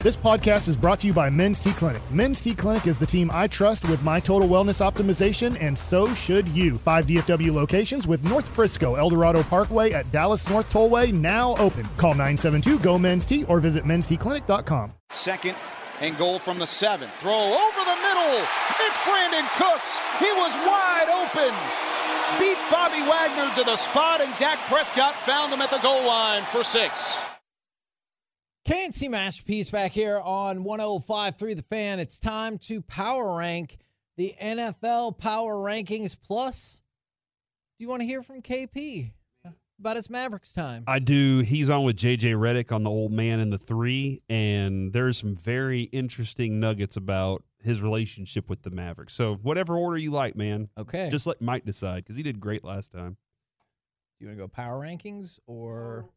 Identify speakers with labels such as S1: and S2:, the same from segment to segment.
S1: This podcast is brought to you by Men's T Clinic. Men's T Clinic is the team I trust with my total wellness optimization, and so should you. Five DFW locations with North Frisco, Eldorado Parkway at Dallas North Tollway now open. Call 972 GO Men's T or visit mensteclinic.com.
S2: Second and goal from the seven. Throw over the middle. It's Brandon Cooks. He was wide open. Beat Bobby Wagner to the spot, and Dak Prescott found him at the goal line for six.
S3: KNC Masterpiece back here on 1053 The Fan. It's time to power rank the NFL power rankings. Plus, do you want to hear from KP about his Mavericks time?
S4: I do. He's on with JJ Reddick on the old man and the three, and there's some very interesting nuggets about his relationship with the Mavericks. So whatever order you like, man.
S3: Okay.
S4: Just let Mike decide because he did great last time.
S3: you want to go power rankings or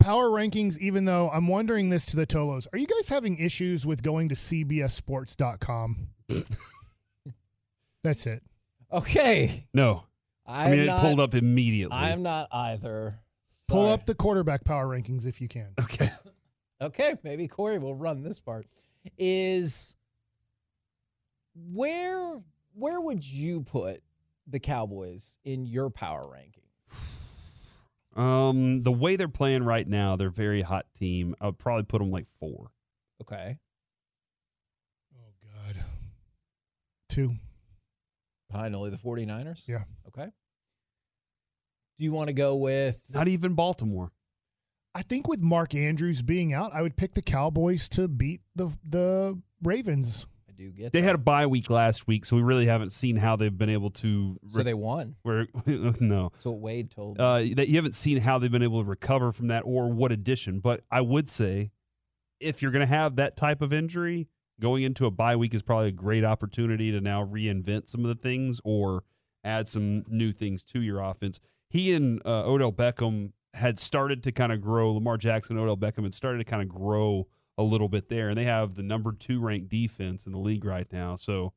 S1: Power rankings, even though I'm wondering this to the Tolos, are you guys having issues with going to CBSSports.com? That's it.
S3: okay?
S4: No,
S3: I'm
S4: I mean it
S3: not.
S4: pulled up immediately.
S3: I'm not either.
S1: Pull
S3: Sorry.
S1: up the quarterback power rankings if you can.
S4: okay.
S3: okay, maybe Corey will run this part. Is where where would you put the Cowboys in your power rankings?
S4: Um, the way they're playing right now, they're a very hot team. I would probably put them like four.
S3: Okay,
S1: Oh, God. Two.
S3: behind only the 49ers.
S1: Yeah.
S3: Okay. Do you want to go with?
S4: Not even Baltimore.
S1: I think with Mark Andrews being out, I would pick the Cowboys to beat the the Ravens.
S3: I do get.
S4: They
S3: that.
S4: had a bye week last week, so we really haven't seen how they've been able to.
S3: so they won.
S4: where no,
S3: That's what Wade told. me.
S4: uh, that you haven't seen how they've been able to recover from that or what addition. But I would say, if you're going to have that type of injury, going into a bye week is probably a great opportunity to now reinvent some of the things or add some new things to your offense. He and uh, Odell Beckham had started to kind of grow. Lamar Jackson, Odell Beckham had started to kind of grow a little bit there, and they have the number two ranked defense in the league right now. So.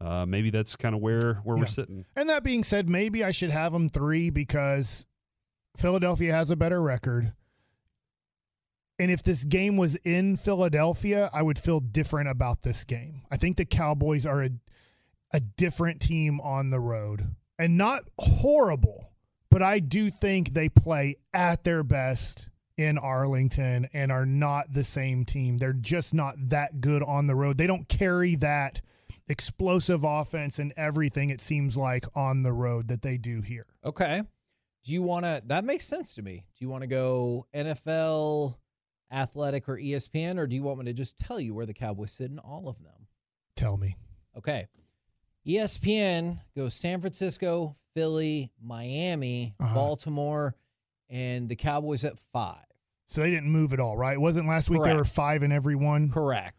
S4: Uh, maybe that's kind of where where
S1: Yeah.
S4: we're sitting.
S1: And that being said, maybe I should have them three because Philadelphia has a better record. And if this game was in Philadelphia, I would feel different about this game. I think the Cowboys are a, a different team on the road and not horrible, but I do think they play at their best in Arlington and are not the same team. They're just not that good on the road. They don't carry that explosive offense and everything it seems like on the road that they do here.
S3: Okay. Do you want to? That makes sense to me. Do you want to go NFL, athletic, or E ESPN, or do you want me to just tell you where the Cowboys sit in all of them?
S1: Tell me.
S3: Okay. E ESPN goes San Francisco, Philly, Miami,
S1: Uh-huh.
S3: Baltimore, and the Cowboys at five.
S1: So they didn't move at all, right? It wasn't last week they were
S3: Correct.
S1: five in every one.
S3: Correct.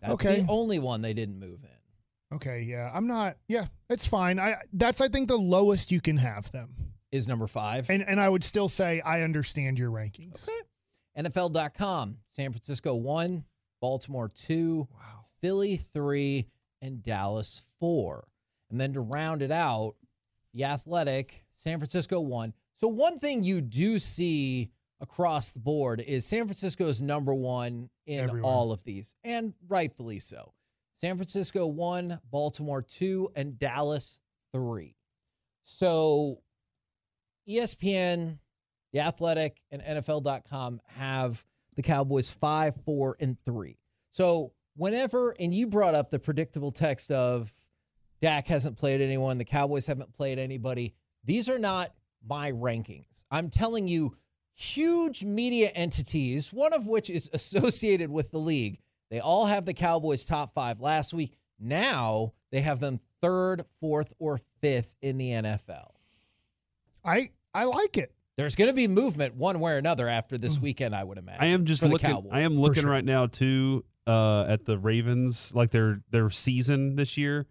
S3: That's
S1: Okay.
S3: the only one they didn't move in.
S1: Okay, yeah. I'm not yeah, it's fine. I that's I think the lowest you can have them.
S3: Is number five.
S1: And and I would still say I understand your rankings.
S3: Okay. NFL.com, San Francisco one, Baltimore two,
S1: Wow.
S3: Philly three, and Dallas four. And then to round it out, the Athletic, San Francisco one. So one thing you do see across the board is San Francisco's number one in
S1: Everywhere.
S3: all of these, and rightfully so. San Francisco one, Baltimore two, and Dallas three. So E ESPN, The Athletic, and NFL.com have the Cowboys five, four, and three. So whenever, and you brought up the predictable text of Dak hasn't played anyone, the Cowboys haven't played anybody. These are not my rankings. I'm telling you, huge media entities, one of which is associated with the league, they all have the Cowboys top five last week. Now they have them third, fourth, or fifth in the NFL
S1: I I like it.
S3: there's going to be movement one way or another after this weekend, I would imagine.
S4: Mm-hmm. I am just
S3: for the
S4: looking.
S3: Cowboys.
S4: I am looking
S1: sure.
S4: right now too uh, at the Ravens, like their their season this year.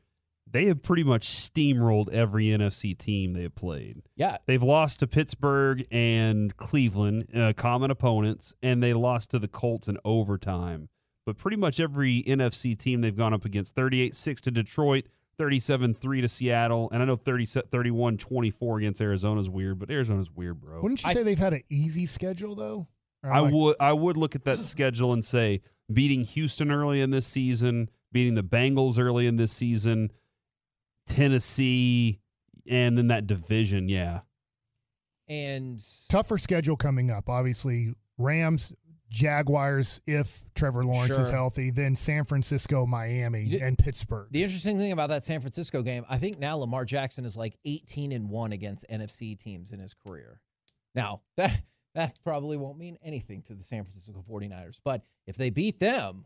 S4: They have pretty much steamrolled every NFC team they have played.
S3: Yeah,
S4: They've lost to Pittsburgh and Cleveland, uh, common opponents, and they lost to the Colts in overtime. But pretty much every NFC team they've gone up against 38 6 to Detroit, 37 3 to Seattle, and I know 31 24 against Arizona's weird, but Arizona's weird, bro.
S1: Wouldn't you
S3: I-
S1: say they've had an easy schedule though?
S4: I
S1: like-
S4: would I would look at that schedule and say beating Houston early in this season, beating the Bengals early in this season, Tennessee, and then that division. Yeah,
S3: And
S1: tougher schedule coming up. Obviously, Rams, Jaguars, if Trevor Lawrence is
S3: Sure.
S1: healthy, then San Francisco, Miami,
S3: Did-
S1: and Pittsburgh.
S3: the interesting thing about that San Francisco game, I think now Lamar Jackson is like 18 and 1 against NFC teams in his career. Now, that that probably won't mean anything to the San Francisco 49ers, but if they beat them,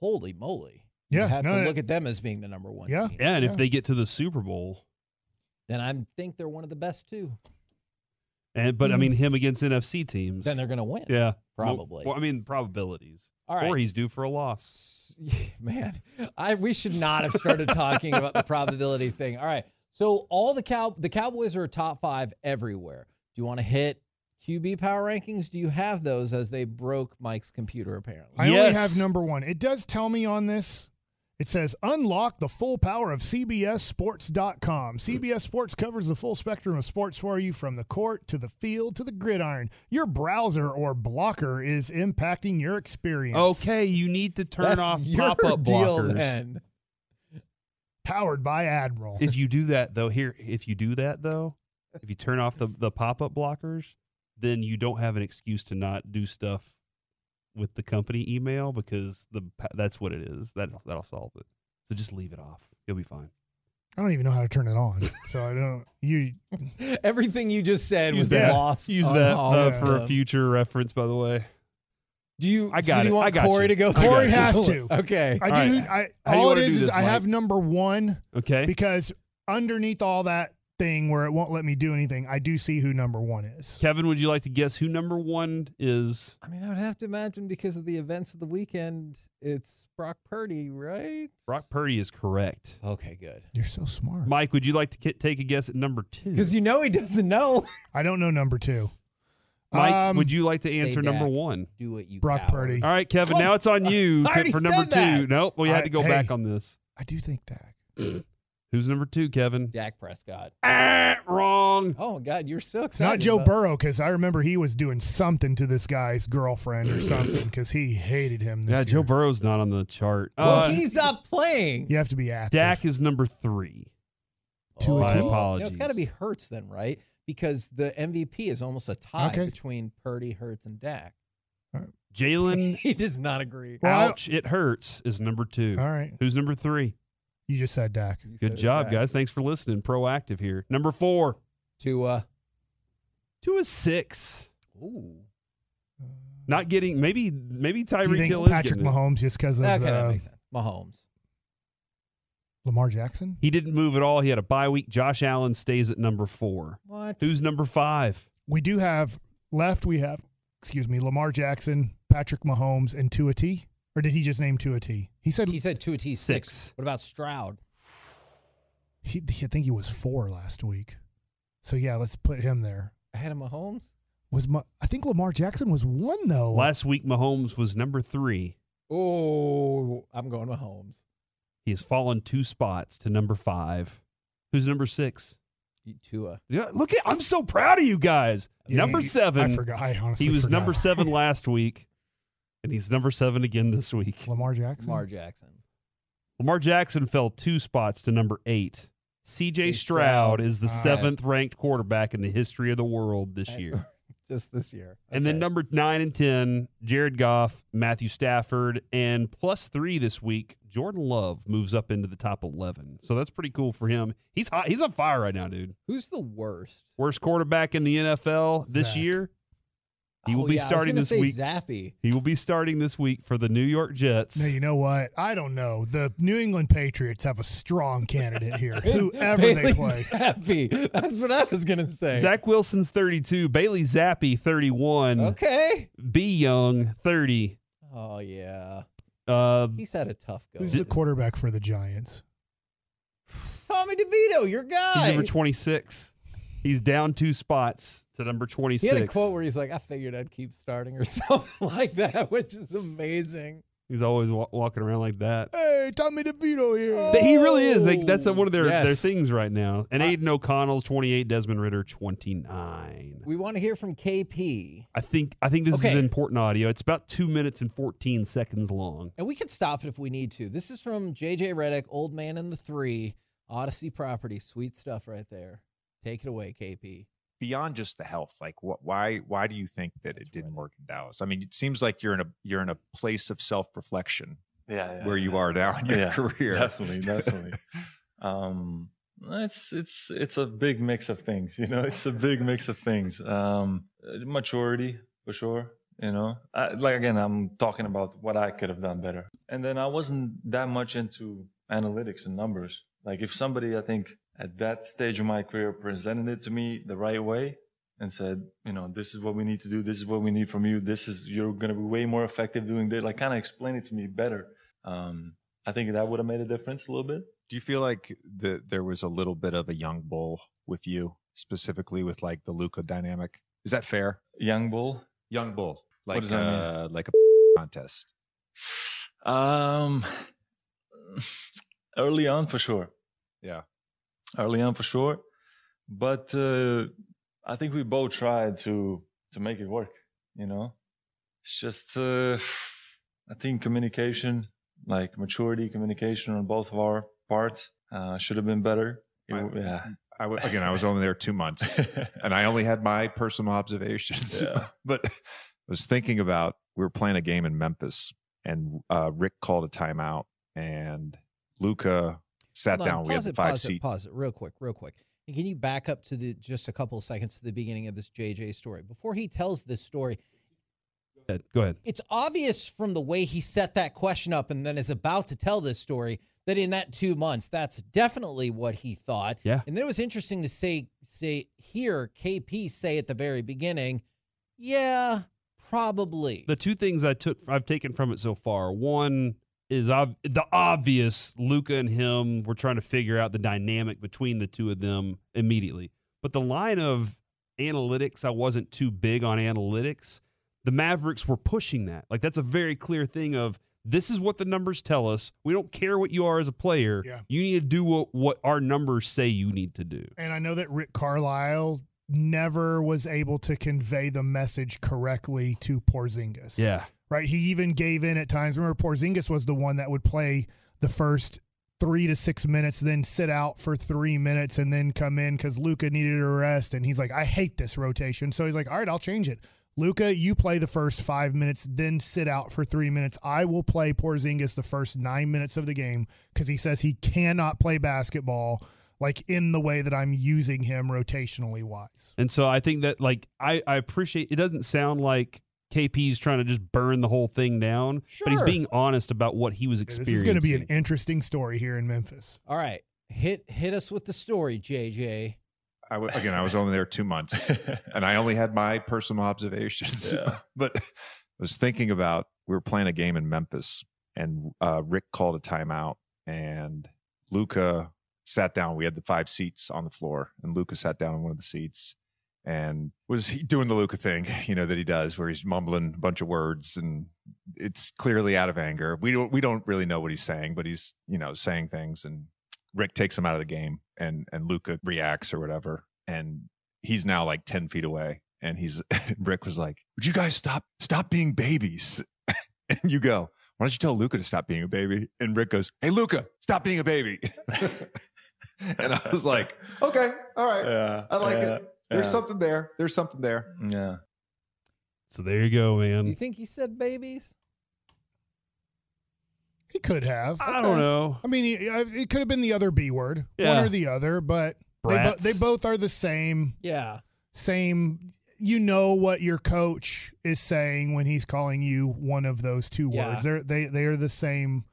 S3: holy moly.
S1: Yeah,
S3: you have
S1: no,
S3: to
S1: no.
S3: look at them as being the number 1
S1: Yeah.
S3: team.
S4: yeah. And
S1: Yeah.
S4: if they get to the Super Bowl,
S3: Then I think they're one of the best too.
S4: and
S1: Mm-hmm.
S4: but I mean him against NFC teams,
S3: Then they're going to win.
S4: yeah Well-
S3: Probably.
S4: Well, I mean probabilities,
S3: All right.
S4: or he's due for a loss.
S3: man, I we should not have started talking about the probability thing. All right. So all the cow the Cowboys are top five everywhere. Do you want to hit QB power rankings? Do you have those as they broke Mike's computer apparently?
S1: I only
S4: Yes.
S1: have number one. It does tell me on this. It says unlock the full power of CBSSports.com. CBS Sports covers the full spectrum of sports for you, from the court to the field to the gridiron. Your browser or blocker is impacting your experience.
S4: Okay, you need to turn
S3: That's
S4: off
S3: your
S4: pop up
S3: deal
S4: blockers.
S3: then.
S1: Powered by Admiral.
S4: if you do that though here if you do that though if you turn off the, the pop-up blockers then you don't have an excuse to not do stuff with the company email because the pa- that's what it is that that'll solve it so just leave it off you'll be fine
S1: I don't even know how to turn it on. So I don't. You
S3: Everything you just said was
S4: Use that.
S3: lost.
S4: use
S3: on
S4: that
S3: all
S4: uh,
S3: of
S4: for a
S3: them.
S4: future reference by the way
S3: Do you?
S4: I
S3: so
S4: got
S3: do you
S4: it.
S3: want
S4: I got
S3: Corey
S4: you.
S3: to go?
S4: I got
S1: Corey
S3: through?
S1: has to.
S3: Okay.
S1: I
S4: All
S1: do.
S4: right. How
S1: I,
S4: you
S1: all it
S4: wanna do
S1: is is
S4: this,
S1: I
S4: Mike?
S1: have number one
S4: okay
S1: because underneath all that thing where it won't let me do anything, I do see who number one is.
S4: kevin would you like to guess who number one is
S3: I mean, I would have to imagine because of the events of the weekend, it's Brock Purdy, right?
S4: brock purdy is correct
S3: Okay, good.
S1: You're so smart.
S4: mike would you like to ki- take a guess at number two
S3: Because you know he doesn't know.
S1: I don't know number two.
S4: mike
S1: Um,
S4: would you like to answer number
S3: Dak.
S4: one
S3: Do it, you
S1: Brock
S3: coward.
S1: Purdy.
S4: all right kevin
S3: Oh,
S4: now it's on
S3: I
S4: you to-
S3: already
S4: for
S3: said
S4: number two
S3: that.
S4: nope we had
S1: I-
S4: to go
S1: hey.
S4: back on this
S1: I do think that.
S4: Who's number two, Kevin?
S3: Dak Prescott.
S4: Ah, wrong.
S3: Oh God, you're so
S1: It's
S3: excited.
S1: not Joe
S3: about-
S1: Burrow because I remember he was doing something to this guy's girlfriend or something because he hated him. This
S4: Yeah, Joe
S1: year.
S4: Burrow's not on the chart.
S3: Well,
S4: Uh,
S3: he's not playing.
S1: You have to be active.
S4: Dak is number three.
S1: Tua
S4: My
S1: Tua?
S3: No, Oh, it's
S4: apologies.
S3: got to be Hurts then, right? Because the MVP is almost a tie
S1: Okay.
S3: between Purdy, Hurts, and Dak.
S4: Jalen,
S3: He does not agree.
S1: Well, I-
S4: ouch, it hurts, is number two.
S1: All right.
S4: Who's number three?
S1: You just said Dak.
S3: You Uh, said
S4: Good
S3: it
S4: job,
S3: back.
S4: guys. Thanks for listening. Proactive here. Number four.
S3: Tua.
S4: Two is six.
S3: Ooh.
S4: Not getting maybe maybe
S1: Do you
S4: Tyreek Hill
S1: think
S4: is
S1: Patrick
S4: getting it.
S1: Mahomes just because of
S3: Okay, that
S1: uh,
S3: makes sense. Mahomes.
S1: Lamar Jackson?
S4: He didn't move at all. He had a bye week. Josh Allen stays at number four.
S3: What?
S4: Who's number five?
S1: We do have left. We have, excuse me, Lamar Jackson, Patrick Mahomes, and Tua T. Or did he just name Tua T? He said
S3: He
S1: he,
S3: said two T six.
S4: Six.
S3: What about Stroud?
S1: I think he was four last week. So yeah, let's put him there.
S3: I had him Mahomes.
S1: Was Ma- I think Lamar Jackson was one though.
S4: Last week, Mahomes was number three.
S3: Oh, I'm going Mahomes.
S4: He has fallen two spots to number five. Who's number six?
S3: You- Tua.
S4: Yeah, look at I'm so proud of you guys.
S1: Yeah,
S4: number
S1: you-
S4: seven.
S1: I forgot. I honestly
S4: he was
S1: forgot.
S4: number seven last week, and he's number seven again this week.
S1: Lamar Jackson.
S3: Lamar Jackson.
S4: Lamar Jackson fell two spots to number eight.
S3: Stroud.
S4: CJ Stroud is the
S1: All right.
S4: seventh ranked quarterback in the history of the world this
S3: I-
S4: year.
S3: Just this year.
S4: And then
S3: Okay.
S4: number nine and 10, Jared Goff, Matthew Stafford, and plus three this week, Jordan Love moves up into the top 11. So that's pretty cool for him. He's hot. He's on fire right now, dude.
S3: who's the worst?
S4: Worst quarterback in the NFL this
S1: Zach.
S4: year. He will
S3: Oh,
S4: be
S3: yeah, I was
S4: starting
S3: gonna
S4: this
S3: say
S4: week.
S3: Zappy.
S4: He will be starting this week for the New York Jets.
S1: No, you know what? I don't know. The New England Patriots have a strong candidate here. Whoever
S3: Bailey
S1: they play.
S3: Zappy. That's what I was gonna say.
S4: Zach Wilson's 32, Bailey Zappi 31,
S3: Okay.
S4: B Young 30.
S3: Oh yeah.
S4: Uh,
S3: He's had a tough go.
S1: Who's the quarterback for the Giants?
S3: Tommy DeVito, your
S4: he's
S3: guy.
S4: number 26. He's down two spots to number 26.
S3: he had a quote where he's like, "I figured I'd keep starting" or something like that, which is amazing.
S4: He's always wa- walking around like that.
S1: Hey, Tommy DeVito here.
S4: Th- He really is. They, that's
S3: Oh,
S4: one of their,
S3: yes.
S4: their things right now. And
S3: I-
S4: Aiden O'Connell's 28, Desmond Ritter 29.
S3: We want to hear from KP.
S4: I think I think this is
S3: Okay.
S4: important audio. It's about two minutes and 14 seconds long.
S3: And we could stop it if we need to. This is from JJ Reddick, Old Man and the Three, Odyssey Property. Sweet stuff right there. Take it away, KP.
S5: beyond just the health like what why why do you think that it didn't work in dallas i mean it seems like you're in a you're in a place of self-reflection
S6: yeah, yeah
S5: where you
S6: yeah.
S5: are now in your
S6: Yeah,
S5: career
S6: definitely definitely um it's it's it's a big mix of things you know it's a big mix of things um uh, maturity for sure you know I, like again i'm talking about what i could have done better and then i wasn't that much into analytics and numbers like if somebody i think at that stage of my career presented it to me the right way and said you know this is what we need to do this is what we need from you this is you're going to be way more effective doing this like kind of explain it to me better um I think that would have made a difference a little bit.
S5: do you feel like that there was a little bit of a young bull with you specifically with like the luca dynamic is that fair
S6: Young Bull.
S5: young bull like
S6: does that mean?
S5: uh like a contest
S6: Um, early on for sure.
S5: Yeah.
S6: Early on for sure, but uh, I think we both tried to to make it work. You know, it's just uh, I think communication, like maturity, communication on both of our parts, uh, should have been better. It
S5: I-
S6: w- yeah.
S5: i w- again i was only there two months and i only had my personal observations
S6: Yeah.
S5: but I was thinking about we were playing a game in Memphis, and uh, Rick called a timeout, and Luca sat
S3: Hold on,
S5: down. we had
S3: pause
S5: the
S3: it,
S5: five
S3: pause
S5: seat.
S3: it, pause it, real quick, real quick. And can you back up to the just a couple of seconds to the beginning of this JJ story? Before he tells this story,
S4: Go ahead. Go ahead.
S3: it's obvious from the way he set that question up and then is about to tell this story that in that two months, that's definitely what he thought.
S4: Yeah.
S3: And then it was interesting to say say hear KP say at the very beginning, yeah, probably.
S4: The two things I took I've taken from it so far. One is ob- the obvious Luca and him were trying to figure out the dynamic between the two of them immediately. But the line of analytics, I wasn't too big on analytics. The Mavericks were pushing that. Like that's a very clear thing of this is what the numbers tell us. We don't care what you are as a player.
S1: Yeah.
S4: You need to do what, what our numbers say you need to do.
S1: And I know that Rick Carlisle never was able to convey the message correctly to Porzingis.
S4: Yeah.
S1: Right. He even gave in at times. Remember, Porzingis was the one that would play the first three to six minutes, then sit out for three minutes, and then come in because Luca needed a rest. And he's like, I hate this rotation. So he's like, All right, I'll change it. Luca, you play the first five minutes, then sit out for three minutes. I will play Porzingis the first nine minutes of the game because he says he cannot play basketball like in the way that I'm using him rotationally wise.
S4: And so I think that like I, I appreciate it doesn't sound like KP's trying to just burn the whole thing down, but he's
S3: Sure.
S4: being honest about what he was
S1: This
S4: experiencing.
S1: is going to be an interesting story here in Memphis.
S3: All right. Hit hit us with the story, JJ.
S5: I w- again, I was only there two months, and I only had my personal observations.
S6: Yeah.
S5: but I was thinking about we were playing a game in Memphis, and uh, Rick called a timeout, and Luca sat down. We had the five seats on the floor, and Luca sat down on one of the seats and was he doing the Luca thing, you know, that he does, where he's mumbling a bunch of words, and it's clearly out of anger. We don't we don't really know what he's saying, but he's you know saying things, and Rick takes him out of the game, and and Luca reacts or whatever, and he's now like 10 feet away and he's rick was like would you guys stop stop being babies and you go why don't you tell luca to stop being a baby and rick goes hey luca stop being a baby and i was like okay all right
S6: yeah,
S5: i like
S6: yeah,
S5: it there's
S6: yeah.
S5: something there there's something there
S6: Yeah.
S4: so there you go,
S3: Do you
S4: man.
S3: think he said babies?
S1: He could have.
S4: I don't know.
S1: I mean, he- I- it could have been the other B word,
S4: Yeah.
S1: one or the other, but they, bo-
S4: Brats.
S1: they both are the same.
S3: Yeah.
S1: Same. You know what your coach is saying when he's calling you one of those two
S3: Yeah.
S1: words. They're they they are the same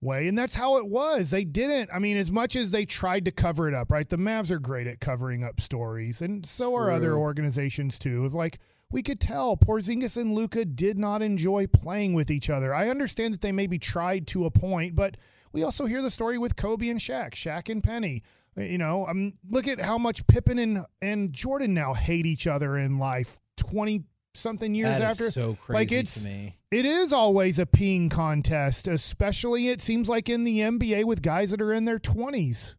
S1: way, and that's how it was. They didn't. I mean, as much as they tried to cover it up, right? The Mavs are great at covering up stories, and so are other
S3: True.
S1: organizations too. Of like. We could tell Porzingis and Luca did not enjoy playing with each other. I understand that they maybe tried to a point, but we also hear the story with Kobe and Shaq, Shaq and Penny. Uh, You know, um, look at how much Pippen and, and Jordan now hate each other in life 20 something years
S3: That is
S1: after.
S3: so crazy
S1: Like, it's-
S3: to me.
S1: It is always a peeing contest, especially it seems like in the NBA with guys that are in their 20s.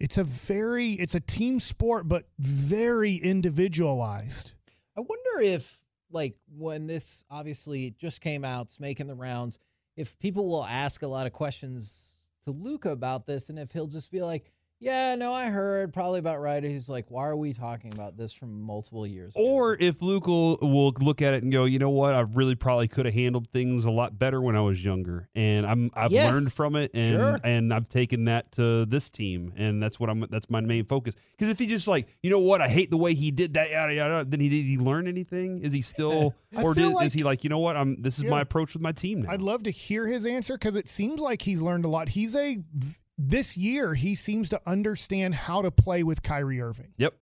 S1: It's a very it's a team sport but very individualized.
S3: I wonder if, like, when this obviously just came out, it's making the rounds, if people will ask a lot of questions to Luca about this and if he'll just be like, yeah, no, I heard probably about right. He's like, why are we talking about this from multiple years? ago?"
S4: Or if Luke will, will look at it and go, you know what, I really probably could have handled things a lot better when I was younger, and I'm I've
S3: Yes.
S4: learned from it, and
S3: Sure.
S4: and I've taken that to this team, and that's what I'm that's my main focus. Because if he just like, you know what, I hate the way he did that, yada yada, then he did he learn anything? Is he still,
S1: I
S4: or
S1: feel
S4: did,
S1: like-
S4: is he like, you know what, I'm this is
S1: Yeah.
S4: my approach with my team now?
S1: I'd love to hear his answer cuz it seems like he's learned a lot. He's a this year he seems to understand how to play with Kyrie Irving.
S4: Yep.